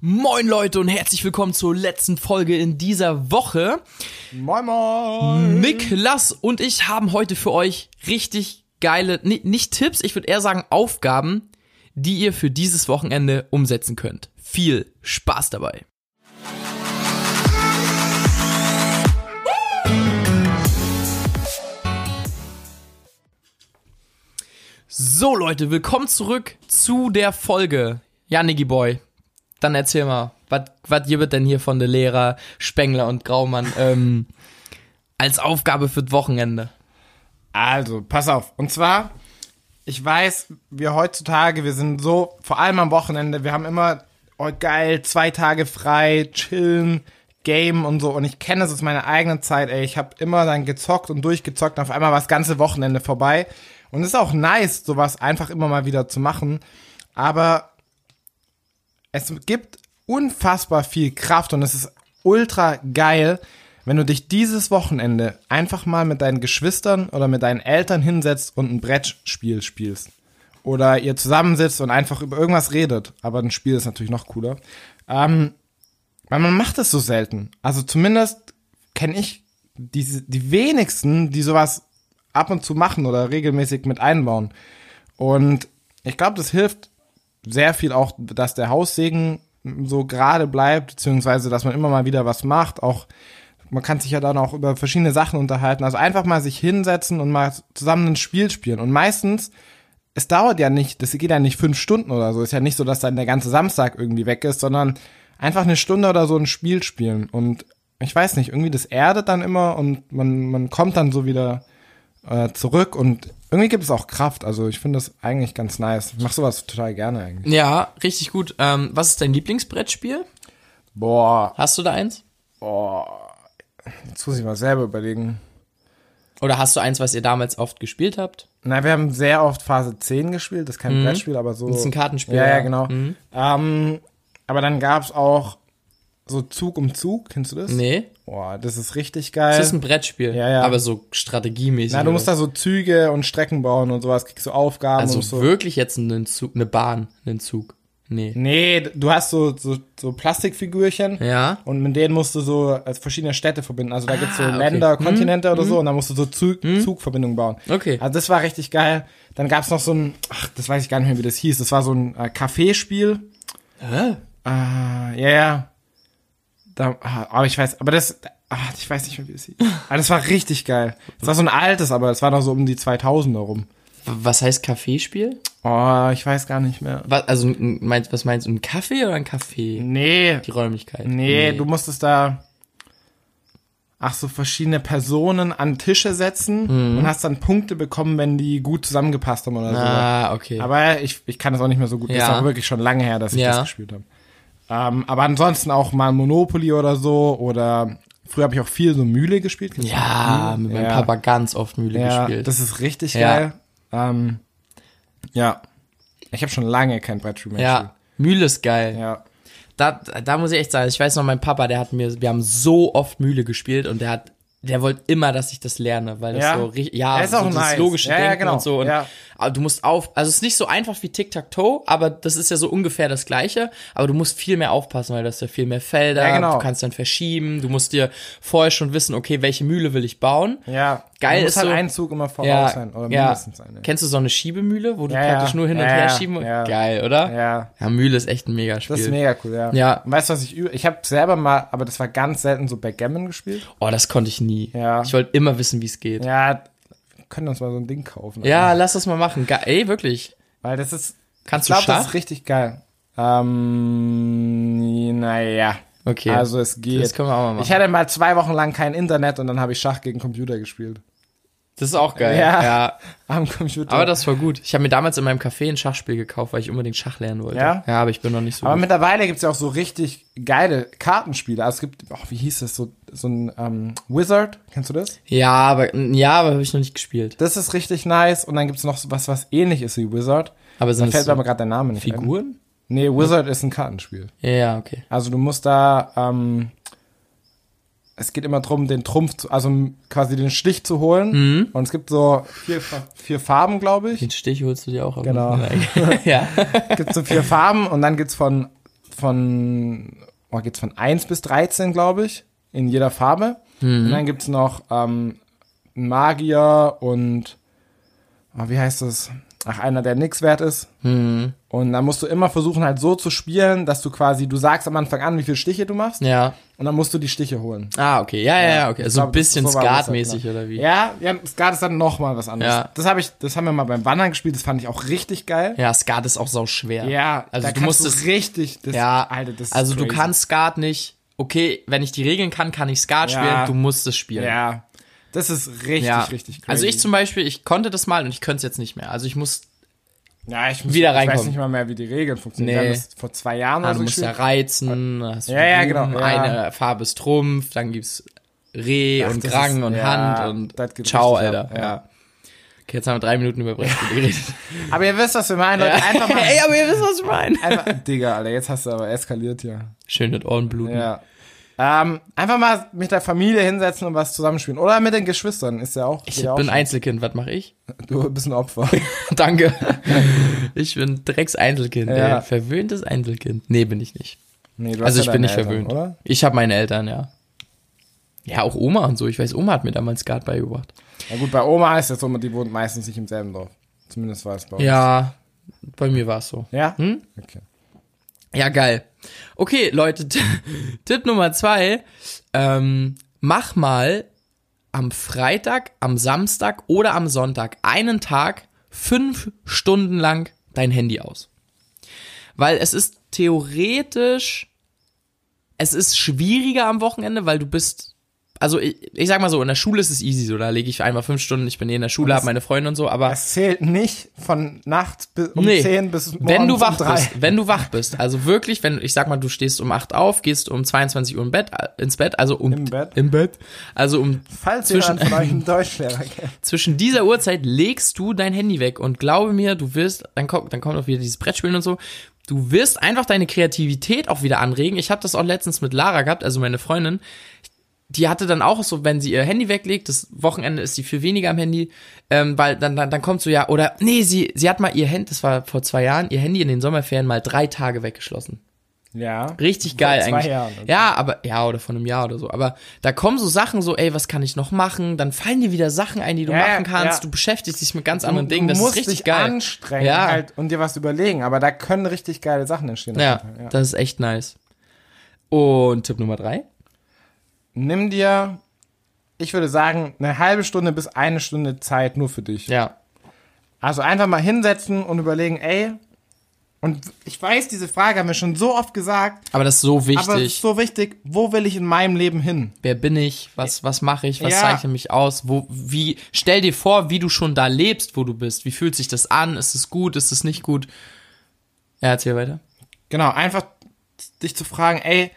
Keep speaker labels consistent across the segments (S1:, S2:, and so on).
S1: Moin Leute und herzlich willkommen zur letzten Folge in dieser Woche.
S2: Moin Moin.
S1: Mick, Lass und ich haben heute für euch richtig geile, ni- nicht Tipps, ich würde eher sagen Aufgaben, die ihr für dieses Wochenende umsetzen könnt. Viel Spaß dabei. So Leute, willkommen zurück zu der Folge. Ja, Niggi Boy, dann erzähl mal, was gibt denn hier von der Lehrer Spengler und Graumann ähm, als Aufgabe fürs Wochenende?
S2: Also, pass auf. Und zwar, ich weiß, wir heutzutage, wir sind so, vor allem am Wochenende, wir haben immer, oh geil, zwei Tage frei, chillen, game und so. Und ich kenne das aus meiner eigenen Zeit, ey. Ich habe immer dann gezockt und durchgezockt und auf einmal war das ganze Wochenende vorbei. Und es ist auch nice, sowas einfach immer mal wieder zu machen. Aber es gibt unfassbar viel Kraft und es ist ultra geil, wenn du dich dieses Wochenende einfach mal mit deinen Geschwistern oder mit deinen Eltern hinsetzt und ein Brettspiel spielst. Oder ihr zusammensitzt und einfach über irgendwas redet. Aber ein Spiel ist natürlich noch cooler. Ähm, weil man macht es so selten. Also zumindest kenne ich diese, die wenigsten, die sowas ab und zu machen oder regelmäßig mit einbauen. Und ich glaube, das hilft sehr viel auch, dass der Haussegen so gerade bleibt, beziehungsweise dass man immer mal wieder was macht. Auch man kann sich ja dann auch über verschiedene Sachen unterhalten. Also einfach mal sich hinsetzen und mal zusammen ein Spiel spielen. Und meistens, es dauert ja nicht, das geht ja nicht fünf Stunden oder so. Ist ja nicht so, dass dann der ganze Samstag irgendwie weg ist, sondern einfach eine Stunde oder so ein Spiel spielen. Und ich weiß nicht, irgendwie das erdet dann immer und man, man kommt dann so wieder äh, zurück und irgendwie gibt es auch Kraft. Also ich finde das eigentlich ganz nice. Ich mach sowas total gerne eigentlich.
S1: Ja, richtig gut. Ähm, was ist dein Lieblingsbrettspiel?
S2: Boah,
S1: Hast du da eins?
S2: jetzt muss ich mal selber überlegen.
S1: Oder hast du eins, was ihr damals oft gespielt habt?
S2: Na, wir haben sehr oft Phase 10 gespielt. Das ist kein Brettspiel, aber so. Das
S1: Mhm. ist ein Kartenspiel,
S2: Ja,
S1: ja. Mhm.
S2: ja, genau. Ähm, aber dann gab's auch so Zug um Zug. Kennst du das?
S1: Nee.
S2: Boah, das ist richtig geil.
S1: Das ist ein Brettspiel.
S2: Äh, Ja, ja.
S1: Aber so strategiemäßig.
S2: Na, du
S1: oder
S2: musst
S1: so.
S2: da so Züge und Strecken bauen und sowas. Kriegst du Aufgaben
S1: also
S2: und so.
S1: wirklich jetzt einen Zug, eine Bahn, einen Zug. Nee.
S2: Nee, du hast so, so, so Plastikfigürchen.
S1: Ja.
S2: Und mit denen musst du so als verschiedene Städte verbinden. Also da gibt's so
S1: Ah, okay. Hm?
S2: Länder, Kontinente oder so. Und da musst du so Zug, Zugverbindungen bauen.
S1: Okay.
S2: Also das war richtig geil. Dann gab's noch so ein, ach, das weiß ich gar nicht mehr, wie das hieß. Das war so ein äh, Kaffeespiel.
S1: Hä?
S2: Ah, ja, ja. Da, ah, aber ich weiß, aber das, ah, ich weiß nicht mehr, wie es hieß. Aber das war richtig geil. Das war so ein altes, aber das war noch so um die 2000er rum.
S1: W- Was heißt Kaffeespiel?
S2: Oh, ich weiß gar nicht mehr.
S1: Was, also ein- meinst, was meinst du, ein Kaffee oder ein Kaffee?
S2: Nee,
S1: Die Räumlichkeit.
S2: nee, du musstest da, ach so, verschiedene Personen an Tische setzen
S1: Mhm.
S2: und hast dann Punkte bekommen, wenn die gut zusammengepasst haben oder so.
S1: Ah, okay.
S2: Aber ich, ich kann das auch nicht mehr so gut. Das ist
S1: Ja.
S2: auch wirklich schon lange her, dass ich
S1: Ja.
S2: das gespielt habe. Ähm, aber ansonsten auch mal Monopoly oder so. Oder früher habe ich auch viel so Mühle gespielt. Kennst du
S1: Ja,
S2: Mühle?
S1: mit meinem
S2: Ja.
S1: Papa ganz oft Mühle
S2: ja,
S1: gespielt.
S2: Das ist richtig
S1: Ja.
S2: geil. Ähm, ja. Ich habe schon lange kein Brettspiel mehr
S1: ja, Mühle ist geil.
S2: gespielt. Ja.
S1: Da, da muss ich echt sagen, ich weiß noch, mein Papa, der hat mir, wir haben so oft Mühle gespielt und der hat, der wollte immer, dass ich das lerne, weil das
S2: Ja?
S1: so richtig, ja,
S2: Ja, ist auch
S1: so dieses
S2: nice.
S1: logische
S2: Ja, ja,
S1: Denken
S2: genau.
S1: und so. Und,
S2: Ja.
S1: Aber du musst auf, also es ist nicht so einfach wie Tic-Tac-Toe, aber das ist ja so ungefähr das Gleiche, aber du musst viel mehr aufpassen, weil das ja viel mehr Felder,
S2: Ja, genau.
S1: du kannst dann verschieben, du musst dir vorher schon wissen, okay, welche Mühle will ich bauen.
S2: Ja.
S1: Geil
S2: Du
S1: ist
S2: musst halt
S1: so-
S2: ein Zug immer voraus sein. Oder mindestens eine.
S1: Kennst du so eine Schiebemühle, wo du
S2: Ja, ja.
S1: praktisch nur hin und
S2: Ja,
S1: her
S2: ja.
S1: schieben?
S2: Ja.
S1: Geil, oder?
S2: Ja.
S1: Ja, Mühle ist echt ein Megaspiel.
S2: Das ist mega cool, ja.
S1: Ja.
S2: Und weißt du, was ich übe? Ich habe selber mal, aber das war ganz selten so Backgammon gespielt.
S1: oh, das konnte ich nie.
S2: Ja.
S1: Ich wollte immer wissen, wie es geht. Ja.
S2: Ja, wir können uns mal so ein Ding kaufen.
S1: lass das mal machen. Ge ey, wirklich.
S2: Weil das ist
S1: Kannst
S2: Ich
S1: du
S2: glaube, das ist
S1: Schach?
S2: richtig geil. Ähm, naja.
S1: Okay.
S2: Also es geht.
S1: Das können wir auch mal machen.
S2: Ich hatte mal zwei Wochen lang kein Internet und dann habe ich Schach gegen Computer gespielt.
S1: Das ist auch geil.
S2: Ja.
S1: ja.
S2: Am Computer.
S1: Aber das war gut. Ich habe mir damals in meinem Café ein Schachspiel gekauft, weil ich unbedingt Schach lernen wollte.
S2: Ja?
S1: Ja, aber ich bin noch nicht so
S2: aber
S1: gut.
S2: mittlerweile gibt's ja auch so richtig geile Kartenspiele. Also es gibt, oh, wie hieß das, so, so ein ähm, Wizard, kennst du das?
S1: Ja, aber, ja, aber habe ich noch nicht gespielt.
S2: Das ist richtig nice. Und dann gibt's noch so was, was ähnlich ist wie Wizard.
S1: Aber sind
S2: Da fällt
S1: das
S2: mir aber
S1: so
S2: gerade der Name nicht ein.
S1: Figuren?
S2: Nee, Wizard ist ein Kartenspiel.
S1: Ja, okay.
S2: Also du musst da, ähm, es geht immer drum, den Trumpf, zu, also m- quasi den Stich zu holen. Und es gibt so vier, Fa- vier Farben, glaube ich.
S1: Den Stich holst du dir auch. ab.
S2: Genau.
S1: ja.
S2: Es gibt so vier Farben und dann geht's von von, oh, geht's von 1 bis 13, glaube ich, in jeder Farbe. Und dann gibt's noch ähm, einen Magier und, oh, wie heißt das? Ach, einer, der nix wert ist.
S1: Hm.
S2: Und dann musst du immer versuchen, halt so zu spielen, dass du quasi, du sagst am Anfang an, wie viele Stiche du machst.
S1: Ja.
S2: Und dann musst du die Stiche holen.
S1: Ah, okay. Ja, ja, ja, okay.
S2: Ich
S1: Also
S2: glaub,
S1: ein bisschen
S2: so war das
S1: Skat-mäßig
S2: halt, ne?
S1: oder wie?
S2: Ja, ja, Skat ist dann nochmal was anderes.
S1: Ja.
S2: Das habe ich, das haben wir mal beim Wandern gespielt, das fand ich auch richtig geil.
S1: Ja, Skat ist auch sau schwer. also
S2: da
S1: du
S2: kannst
S1: musst es.
S2: richtig, das,
S1: Ja,
S2: Alter, das ist
S1: also du
S2: crazy.
S1: kannst Skat nicht. Okay, wenn ich die Regeln kann, kann ich Skat
S2: Ja.
S1: spielen. Du musst es spielen.
S2: Ja, das ist richtig,
S1: Ja.
S2: richtig crazy.
S1: Also ich zum Beispiel, ich konnte das mal und ich könnte es jetzt nicht mehr. Also ich muss,
S2: ja, ich muss,
S1: wieder
S2: Ich
S1: reinkommen.
S2: weiß nicht mal mehr, wie die Regeln funktionieren.
S1: Nee.
S2: Wir haben das vor zwei Jahren
S1: ah,
S2: oder
S1: du
S2: so
S1: musst ja
S2: gespielt.
S1: reizen, hast
S2: Also Ja, ja, genau, ja.
S1: eine Farbe ist Trumpf, dann gibt's Reh
S2: Ach,
S1: und
S2: das
S1: Krang
S2: ist-
S1: und
S2: ja,
S1: Hand und
S2: das geht
S1: Ciao,
S2: richtig ab,
S1: Alter. Ja. Okay, jetzt haben wir drei Minuten über Brettspiele geredet.
S2: Aber ihr wisst, was wir meinen, Leute. Einfach mal.
S1: Ey, aber ihr wisst, was ich meine.
S2: einfach, Digga, Alter, jetzt hast du aber eskaliert hier.
S1: Schön mit Ohrenbluten.
S2: Ja. Ähm, einfach mal mit der Familie hinsetzen und was zusammenspielen. Oder mit den Geschwistern, ist ja auch.
S1: Ich
S2: geht ja auch
S1: bin
S2: schon.
S1: Einzelkind, was mache ich?
S2: Du bist ein Opfer.
S1: Danke. Ich bin Drecks Einzelkind,
S2: Ja.
S1: ey. Verwöhntes Einzelkind. Nee, bin ich nicht.
S2: Nee, du hast
S1: Also
S2: ja
S1: ich bin
S2: deine
S1: nicht
S2: Eltern,
S1: verwöhnt.
S2: Oder?
S1: Ich habe meine Eltern, ja. Ja, auch Oma und so. Ich weiß, Oma hat mir damals Skat beigebracht.
S2: Na gut, bei Oma ist das so, die wohnt meistens nicht im selben Dorf. Zumindest war es bei uns.
S1: Ja, Hm? bei mir war es so.
S2: Ja? Okay.
S1: Ja, geil. Okay, Leute, T- Tipp Nummer zwei. Ähm, mach mal am Freitag, am Samstag oder am Sonntag einen Tag fünf Stunden lang dein Handy aus. Weil es ist theoretisch, es ist schwieriger am Wochenende, weil du bist, also ich, ich sag mal so, in der Schule ist es easy, so da lege ich einmal fünf Stunden, ich bin eh in der Schule, habe meine Freunde und so, aber
S2: Es zählt nicht von nachts bis um
S1: Nee.
S2: 10 bis morgens
S1: wenn du wach
S2: um 3.
S1: bist, wenn du wach bist, also wirklich, wenn ich sag mal, du stehst um 8 auf, gehst um 22 Uhr im Bett, äh, ins Bett, also um
S2: Im Bett.
S1: im Bett, also um
S2: Falls
S1: Zwischen-
S2: jemand von euch einen Deutschlehrer kennt.
S1: zwischen dieser Uhrzeit legst du dein Handy weg und glaube mir, du wirst, dann kommt, dann kommt auch wieder dieses Brettspielen und so. Du wirst einfach deine Kreativität auch wieder anregen. Ich habe das auch letztens mit Lara gehabt, also meine Freundin. Die hatte dann auch so, wenn sie ihr Handy weglegt, das Wochenende ist sie viel weniger am Handy, ähm, weil dann, dann, dann kommt so ja, oder nee, sie, sie hat mal ihr Handy, das war vor zwei Jahren, ihr Handy in den Sommerferien mal drei Tage weggeschlossen.
S2: Ja.
S1: Richtig geil
S2: zwei
S1: eigentlich.
S2: Jahren, okay.
S1: Ja, aber ja, oder von einem Jahr oder so. Aber da kommen so Sachen so, ey, was kann ich noch machen? Dann fallen dir wieder Sachen ein, die du
S2: Ja, ja,
S1: machen kannst.
S2: ja.
S1: Du beschäftigst dich mit ganz
S2: Du,
S1: anderen Dingen.
S2: du
S1: Das
S2: musst
S1: ist richtig
S2: dich
S1: geil.
S2: anstrengen
S1: Ja.
S2: halt und dir was überlegen, aber da können richtig geile Sachen entstehen. auf
S1: ja,
S2: jeden Fall, ja.
S1: das ist echt nice. Und Tipp Nummer drei.
S2: Nimm dir, ich würde sagen, eine halbe Stunde bis eine Stunde Zeit nur für dich.
S1: Ja.
S2: Also einfach mal hinsetzen und überlegen, ey, und ich weiß, diese Frage haben wir schon so oft gesagt,
S1: Aber das ist so
S2: aber es
S1: wichtig.
S2: ist so wichtig, wo will ich in meinem Leben hin?
S1: Wer bin ich? Was, was mache ich? Was
S2: Ja.
S1: zeichne mich aus? Wo, wie, stell dir vor, wie du schon da lebst, wo du bist. Wie fühlt sich das an? Ist es gut? Ist es nicht gut? Ja, erzähl weiter.
S2: Genau, einfach dich zu fragen, ey,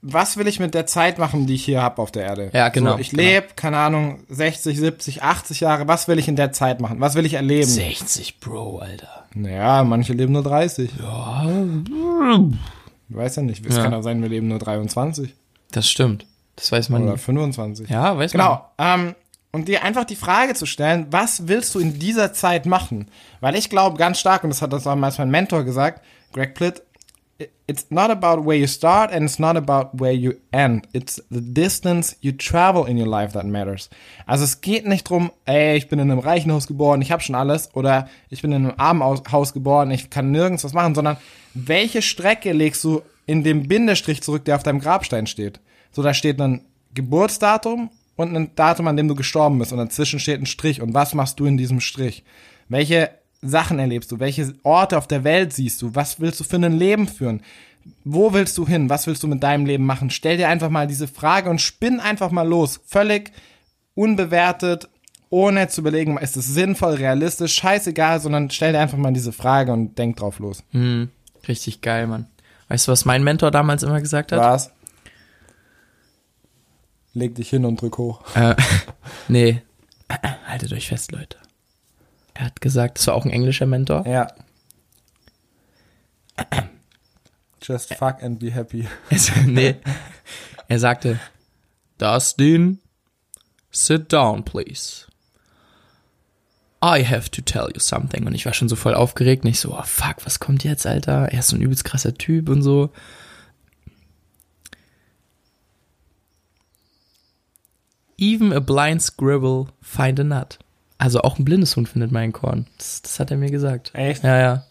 S2: was will ich mit der Zeit machen, die ich hier habe auf der Erde?
S1: Ja, genau,
S2: So, ich
S1: genau.
S2: lebe, keine Ahnung, 60, 70, 80 Jahre, was will ich in der Zeit machen? Was will ich erleben?
S1: 60, Bro, Alter.
S2: Naja, manche leben nur 30.
S1: Ja.
S2: Ich weiß ja nicht, es
S1: Ja.
S2: kann auch sein, wir leben nur 23
S1: Das stimmt. Das weiß man
S2: oder
S1: nie.
S2: 25.
S1: Ja, weiß man.
S2: Genau. Ähm, und dir einfach die Frage zu stellen, was willst du in dieser Zeit machen? Weil ich glaube ganz stark, und das hat das auch damals mein Mentor gesagt, Greg Plitt, "I- it's not about where you start and it's not about where you end. It's the distance you travel in your life that matters. Also es geht nicht drum, ey, ich bin in einem reichen Haus geboren, ich habe schon alles, oder ich bin in einem armen Aus- Haus geboren, ich kann nirgends was machen, sondern welche Strecke legst du in dem Bindestrich zurück, der auf deinem Grabstein steht? So, da steht dann Geburtsdatum und ein Datum, an dem du gestorben bist. Und dazwischen steht ein Strich. Und was machst du in diesem Strich? Welche Sachen erlebst du? Welche Orte auf der Welt siehst du? Was willst du für ein Leben führen? Wo willst du hin? Was willst du mit deinem Leben machen? Stell dir einfach mal diese Frage und spinn einfach mal los. Völlig unbewertet, ohne zu überlegen, ist es sinnvoll, realistisch, scheißegal, sondern stell dir einfach mal diese Frage und denk drauf los.
S1: Richtig geil, Mann. Weißt du, was mein Mentor damals immer gesagt hat?
S2: Was? Leg dich hin und drück hoch.
S1: Äh, nee. Haltet euch fest, Leute. Er hat gesagt, das war auch ein englischer Mentor.
S2: Ja. Just fuck and be happy.
S1: Also, nee. Er sagte, Dustin, sit down, please. I have to tell you something. Und ich war schon so voll aufgeregt. Nicht so, oh fuck, was kommt jetzt, Alter? Er ist so ein übelst krasser Typ und so. Even a blind squirrel find a nut. Also auch ein blindes Huhn findet mein Korn. Das, das hat er mir gesagt.
S2: Echt?
S1: Ja, ja.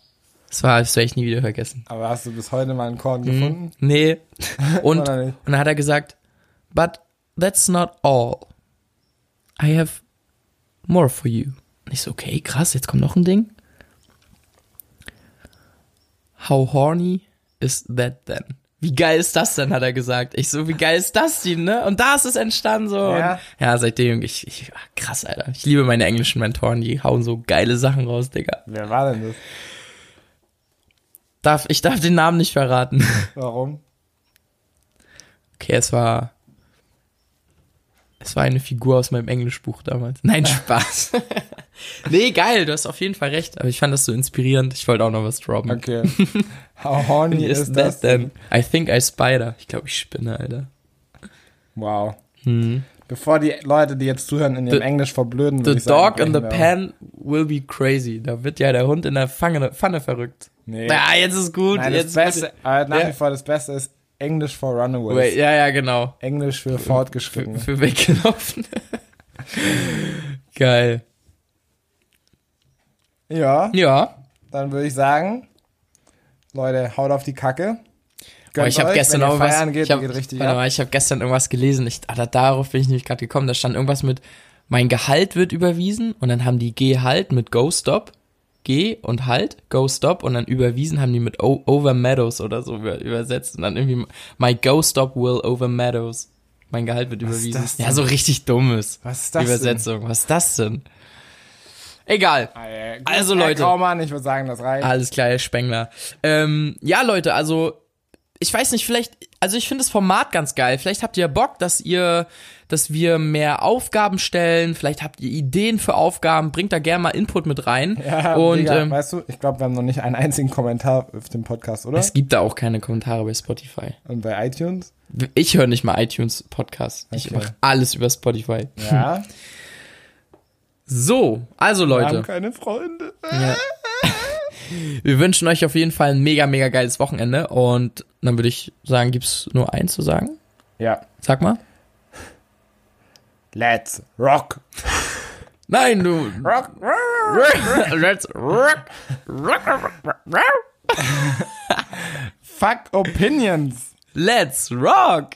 S1: Das war, das werde ich nie wieder vergessen.
S2: Aber hast du bis heute mal einen Korn gefunden?
S1: Nee. Und, und
S2: Oder nicht?
S1: dann hat er gesagt, but that's not all. I have more for you. Und ich so, okay, krass, jetzt kommt noch ein Ding. How horny is that then? Wie geil ist das denn, hat er gesagt. Ich so, wie geil ist das denn, ne? Und da ist es entstanden so.
S2: Ja.
S1: Und, ja seitdem, ich, ich, ah, krass, Alter. Ich liebe meine englischen Mentoren, die hauen so geile Sachen raus, Digga.
S2: Wer war denn das?
S1: Darf, ich darf den Namen nicht verraten.
S2: Warum?
S1: Okay, es war. Es war eine Figur aus meinem Englischbuch damals. Nein, Spaß. nee, geil, du hast auf jeden Fall recht. Aber ich fand das so inspirierend. Ich wollte auch noch was droppen.
S2: Okay. How horny
S1: Wie
S2: ist
S1: ist
S2: das
S1: that
S2: denn?
S1: denn? I think I spider. Ich glaube, ich spinne, Alter.
S2: Wow. Bevor die Leute, die jetzt zuhören, in ihrem Englisch verblöden,
S1: Hm. The
S2: würde ich sagen,
S1: dog
S2: genau.
S1: in the
S2: brechen wir auf.
S1: pan will be crazy. Da wird ja der Hund in der Pfanne, Pfanne verrückt.
S2: Nee.
S1: Ja, jetzt ist gut.
S2: Nein, das
S1: jetzt
S2: Beste, aber nach
S1: Ja.
S2: wie vor das Beste ist Englisch for Runaways.
S1: Wait, ja, ja, genau.
S2: Englisch für Fortgeschrittene.
S1: Für weggelaufen. geil.
S2: Ja,
S1: Ja.
S2: dann würde ich sagen, Leute, haut auf die Kacke.
S1: Boah, Oh, ich habe gestern
S2: wenn
S1: auch
S2: ihr
S1: was.
S2: feiern geht,
S1: ich habe
S2: geht richtig ab.
S1: hab gestern irgendwas gelesen. Ich, ah, da, darauf bin ich nämlich gerade gekommen. Da stand irgendwas mit mein Gehalt wird überwiesen und dann haben die Gehalt mit Go Stop. G und halt, Go Stop und dann überwiesen haben die mit o Over Meadows oder so über, übersetzt und dann irgendwie My Go Stop will over Meadows. Mein Gehalt wird
S2: ist
S1: überwiesen.
S2: das denn?
S1: Ja, so richtig dummes.
S2: Was ist das denn?
S1: Übersetzung. Was ist das denn? Egal.
S2: Ah, ja, gut,
S1: Also,
S2: Herr
S1: Leute.
S2: Graumann, ich würde sagen, das reicht.
S1: Alles klar, Herr Spengler. Ähm, ja, Leute, also ich weiß nicht, vielleicht, also ich finde das Format ganz geil. Vielleicht habt ihr Bock, dass ihr, dass wir mehr Aufgaben stellen. Vielleicht habt ihr Ideen für Aufgaben. Bringt da gerne mal Input mit rein.
S2: Ja,
S1: Und
S2: Digga,
S1: ähm,
S2: weißt du, ich glaube, wir haben noch nicht einen einzigen Kommentar auf dem Podcast, oder?
S1: es gibt da auch keine Kommentare bei Spotify.
S2: Und bei iTunes?
S1: Ich höre nicht mal iTunes Podcast. Ich
S2: Okay.
S1: mache alles über Spotify.
S2: Ja.
S1: So, also
S2: Wir
S1: Leute.
S2: haben keine Freunde.
S1: Wir wünschen euch auf jeden Fall ein mega, mega geiles Wochenende. Und dann würde ich sagen, gibt's nur eins zu sagen?
S2: Ja.
S1: Sag mal.
S2: Let's rock.
S1: Nein, du.
S2: Rock, rock.
S1: Let's rock.
S2: Fuck Opinions.
S1: Let's rock.